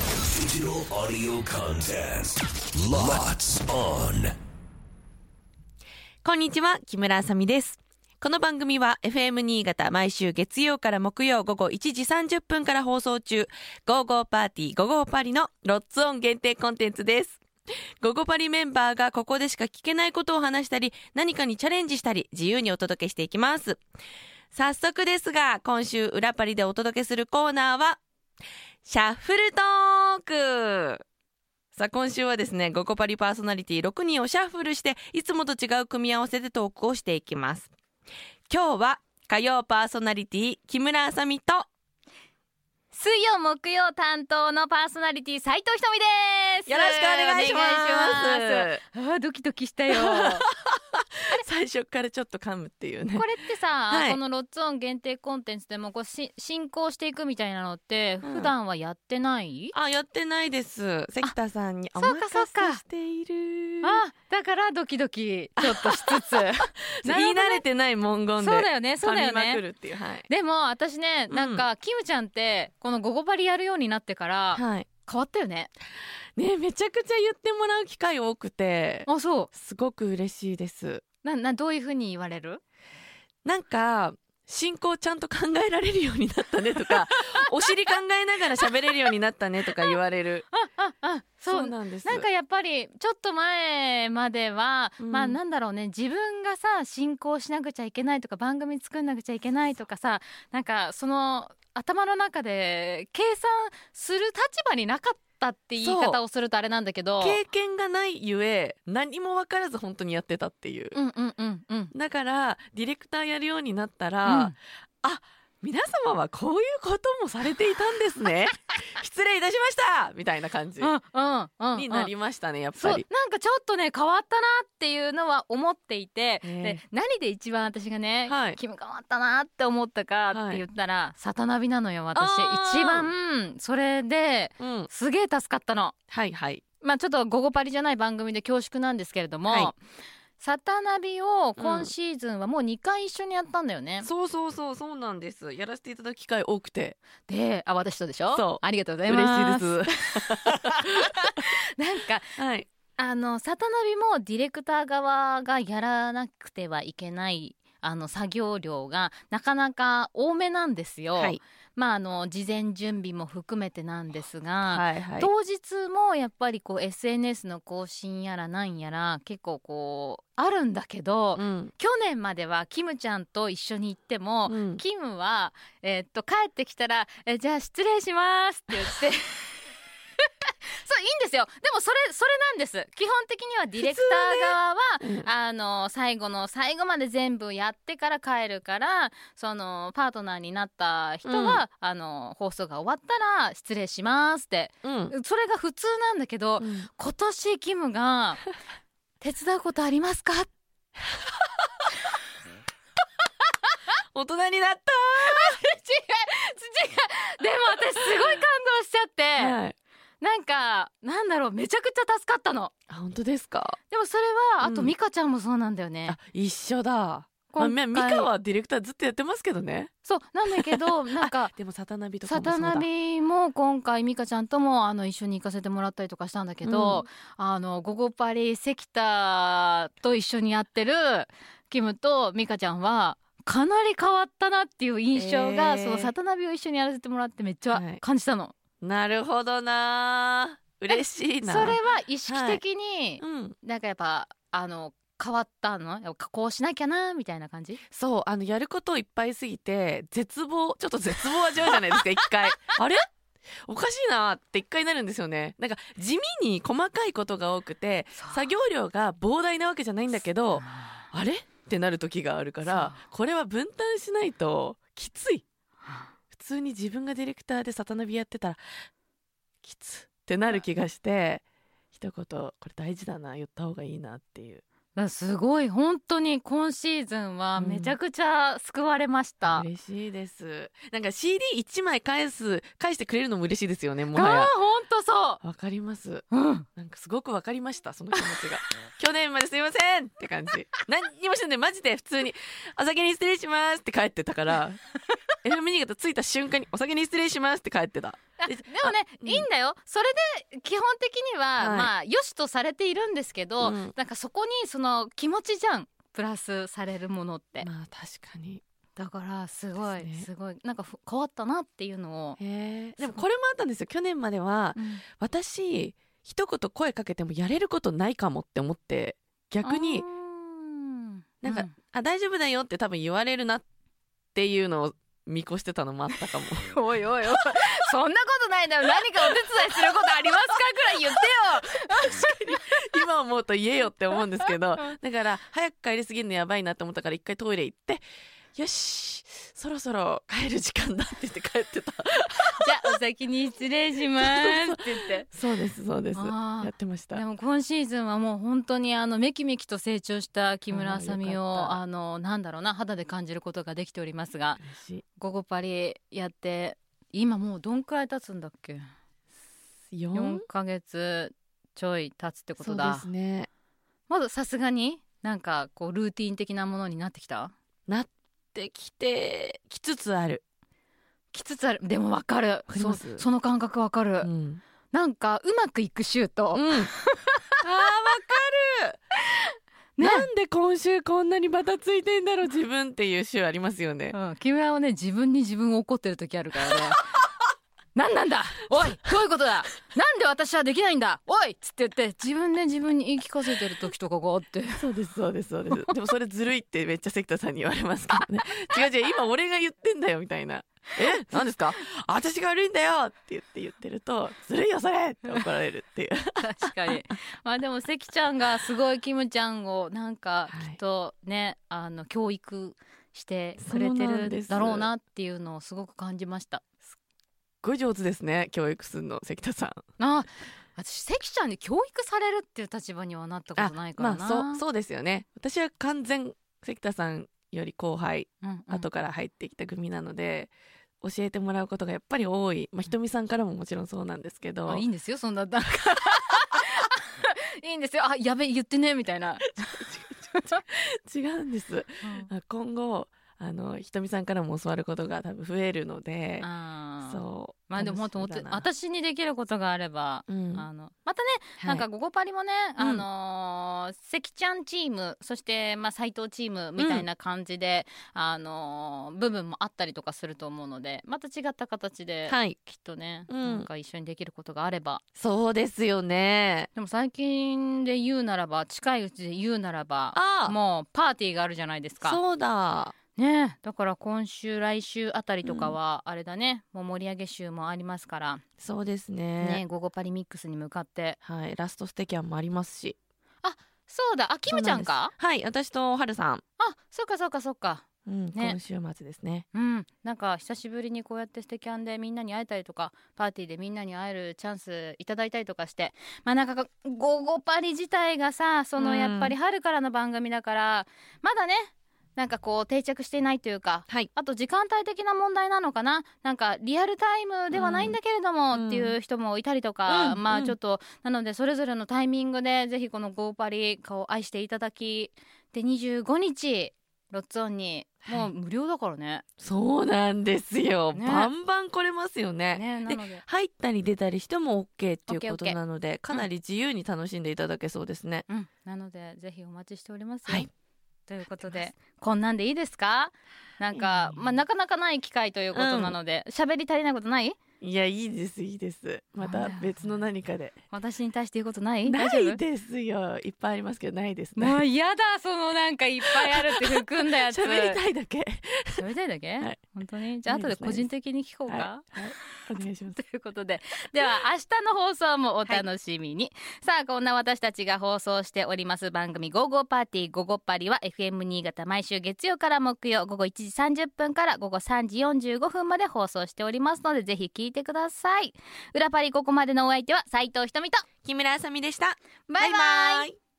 Digital audio contest. Lots on. こんにちは、木村あさみです。この番組は FM 新潟毎週月曜から木曜午後1時30分から放送中、ゴーゴーパーティー、ゴーゴーパリのロッツオン限定コンテンツです。ゴゴパリメンバーがここでしか聞けないことを話したり、何かにチャレンジしたり、自由にお届けしていきます。早速ですが、今週裏パリでお届けするコーナーは、シャッフルトークさあ今週はですねゴコパリパーソナリティ6人をシャッフルしていつもと違う組み合わせでトークをしていきます今日は火曜パーソナリティ木村あさみと水曜木曜担当のパーソナリティ斉藤ひとみですよろしくお願いしますお願いしますあードキドキしたよ最初からちょっと噛むっていうね これってさ、はいこのロッツオン限定コンテンツでもこうし進行していくみたいなのってうん普段はやってない、あやってないです関田さんにおそう任かそうかせしているあだからドキドキちょっとし つつなる言ほいど慣れてない文言そうでだよねそうだよ噛みまくねるっていうはい、でも私ねうんなんか、キムちゃんってこの「ゴゴバリ」やるようになってからはい、変わったよねねめちゃくちゃ言ってもらう機会多くてあそうすごく嬉しいですななどういうふうに言われるなんか進行ちゃんと考えられるようになったねと かお尻考えながら喋れるようになったねとか言われ るああそうなんですなんかやっぱりちょっと前までは、うんまあなんだろうね自分がさ進行しなくちゃいけないとか番組作んなくちゃいけないとかさなんかその頭の中で計算する立場になかったって言いそう方をするとあれなんだけど経験がないゆえ何も分からず本当にやってたっていう、うんうんうんうんだからディレクターやるようになったら、うん皆様はこういうこともされていたんです ね失礼いたしましたみたいな感じうんうんうんになりましたねやっそぱうなんりかちょっとね変わったなっていうのは思っていて、ねで何で一番私がね、はいキム変わったなって思ったかって言ったら、サタナビなのよ私あー一番それでうんすげえ助かったの。はいはいまあちょっと「午後パリ」じゃない番組で恐縮なんですけれども、はいサタナビを今シーズンはもう2回一緒にやったんだよね。そうそうそうそうなんですやらせていただく機会多くてであ私とでしょそうありがとうござい嬉しまいす。です なんかはいあのサタナビもディレクター側がやらなくてはいけないあの作業量がなかなか多めなんですよ。はいまああの事前準備も含めてなんですが、はいはい当日もやっぱりこう SNS の更新やらなんやら結構こうあるんだけど、うん去年まではキムちゃんと一緒に行っても、うんキムは、えーっと帰ってきたら「えじゃあ失礼します」って言って そういいんですよでもそれそれなんです基本的にはディレクター側は、うんあの最後の最後まで全部やってから帰るからそのパートナーになった人は、あの放送が終わったら失礼しますってうんそれが普通なんだけど、今年キムが「手伝うことありますか?」大人になっ違う違うでも私すごい感動しちゃって、た、はい、なんかなんだろうめちゃくちゃ助かったのあ本当ですか、でもそれはあとうん美香ちゃんもそうなんだよねあ、一緒だまあ、今み回ミカはディレクターずっとやってますけどねそうなんだけ どなんかでもサタナビとかサもそうだタナビも今回美香ちゃんともあの一緒に行かせてもらったりとかしたんだけど、あの午後パリ関田と一緒にやってるキムと美香ちゃんはかなり変わったなっていう印象が、えーそのサタナビを一緒にやらせてもらってめっちゃはい感じたの。なるほどな嬉しいなそれは意識的に、うんなんかやっぱあの変わったのやっぱこうしなきゃなみたいな感じそうあのやることいっぱいすぎて絶望ちょっと絶望味わうじゃないです か一回あれおかしいなって一回なるんですよねなんか地味に細かいことが多くて作業量が膨大なわけじゃないんだけどあれってなる時があるからこれは分担しないときつい普通に自分がディレクターでサタナビやってたらきつってなる気がして一言これ大事だな言った方がいいなっていうだからすごい本当に今シーズンはめちゃくちゃ救われました、嬉しいですなんか CD1 枚返す返してくれるのも嬉しいですよねもはああや本当そわかりますう、うん、なんかすごくわかりましたその気持ちが 去年まですいませんって感じ何にもしてないマジで普通に「お先に失礼します」って帰ってたから FM 新潟着いた瞬間にお先に失礼しますって帰ってた。あでもね、うんいいんだよそれで基本的には、はいまあよしとされているんですけど、うんなんかそこにその気持ちじゃんプラスされるものって、まあ確かに。だからすごいですねすごいなんかふ変わったなっていうのを、へえ。でもそうこれもあったんですよ。去年まではうん私一言声かけてもやれることないかもって思って逆にあーなんかうあ大丈夫だよって多分言われるなっていうのを見越してたのもあったかも。おいおいおいそんなことないだろ何かお手伝いすることありますかくらい言って今思うと言えよって思うんですけどうんだから早く帰りすぎるのやばいなって思ったから一回トイレ行ってよしそろそろ帰る時間だって言って帰ってたよじゃあお先に失礼し ますって言ってそうですそうですやあーってましたでも今シーズンはもう本当にあのめきめきと成長した木村あさみあーよかっをたあのなんだろうな肌で感じることができておりますが嬉し「午後パリ」やって今もうどんくらい経つんだっけい4 4ヶ月ちょい経つってこそとうだですねまずさすがになんかこうルーティン的なものになってきたなってきてきつつある、きつつあるでもわかるかりますそうその感覚わかる、うん、なんかうまくいくシューあト、ーわかる、ねなんで今週こんなにバタついてんだろう自分っていう週ありますよねうん、木村はね自分に自分を怒ってる時あるから ね何なんだおいどういうことだなんで私はできないんだおいっつって言って自分で自分に言い聞かせてる時とかがあってそうですそうですそうです でもそれずるいってめっちゃ関田さんに言われますけどね違う違う今俺が言ってんだよみたい なえ何ですか私が悪いんだよって言って言ってるとずるいよそれって怒られるっていう確か にまあでも関ちゃんがすごいキムちゃんをなんかはいきっとね、あの教育してくそれてうなんでるすだろうなっていうのをすごく感じましたごい上手ですね教育するの関田さんあ私関ちゃんに教育されるっていう立場にはなったことないからなまあそうそうですよね私は完全関田さんより後輩うんうん後から入ってきた組なので、教えてもらうことがやっぱり多い、まあ、ひとみさんからももちろんそうなんですけどあいいんですよそんな なんかいいんですよあやべ言ってねみたいな、違うんですあ今後あのひとみさんからも教わることが多分増えるのであうそうまあでも本楽し当みだな私にできることがあれば、うんあのまたね、なんかは「ゴゴパリ」もね、うんあのー関ちゃんチームそしてまあ斎藤チームみたいな感じで、あのー部分もあったりとかすると思うのでまた違った形いで、はいきっとね、うんなんか一緒にできることがあればそうですよねでも最近で言うならば近いうちで言うならばああもうパーティーがあるじゃないですか。そうだねえだから今週来週あたりとかはあれだね、もう盛り上げ週もありますからそうですねね午後パリミックスに向かってはいラストステキャンもありますしそうだあキムちゃんかそうなですはい私とはるさん、あそうかそうかそうかうんね今週末ですねうんなんか久しぶりにこうやってステキャンでみんなに会えたりとかパーティーでみんなに会えるチャンスいただいたりとかしてまあなんかこう午後パリ自体がさそのうんやっぱり春からの番組だから、まだねなんかこう定着していないというかはいあと時間帯的な問題なのかななんかリアルタイムではないんだけれども、うんっていう人もいたりとうか、んまうあんちょっと、なのでそれぞれのタイミングでぜひこの「ゴーパリ」顔を愛していただきで25日ロッツオンにもはうい無料だからね。そうなんですよ、ねバンバン来れますよねねなでので入ったり出たりしても OK っていうこと OK なのでかなり自由に楽しんでいただけそうですね、うん、なのでぜひお待ちしておりますよ。はいということ待っでてこんなんでいいですかなんか、うんまあ、なかなかない機会ということなので喋、り足りないことないいやいいですいいですまなたんだ別の何かで私に対して言うことないな大丈夫いですよいっぱいありますけどないですもねう嫌だそのなんかいっぱいあるって含んだや つ喋りたいだけ喋りたいだけ、はい本当にじゃあいいで後すで個人的に聞こう か、はい、はい、お願いします ということででは明日の放送もお楽しみに、さあこんな私たちが放送しております番組「ゴーゴーパーティーゴーゴーパリ」は FM 新潟毎週月曜から木曜午後1時30分から午後3時45分まで放送しておりますのでぜひ聞いてください裏パリここまでのお相手は斉藤ひとみと木村あさみでしたバイバイイ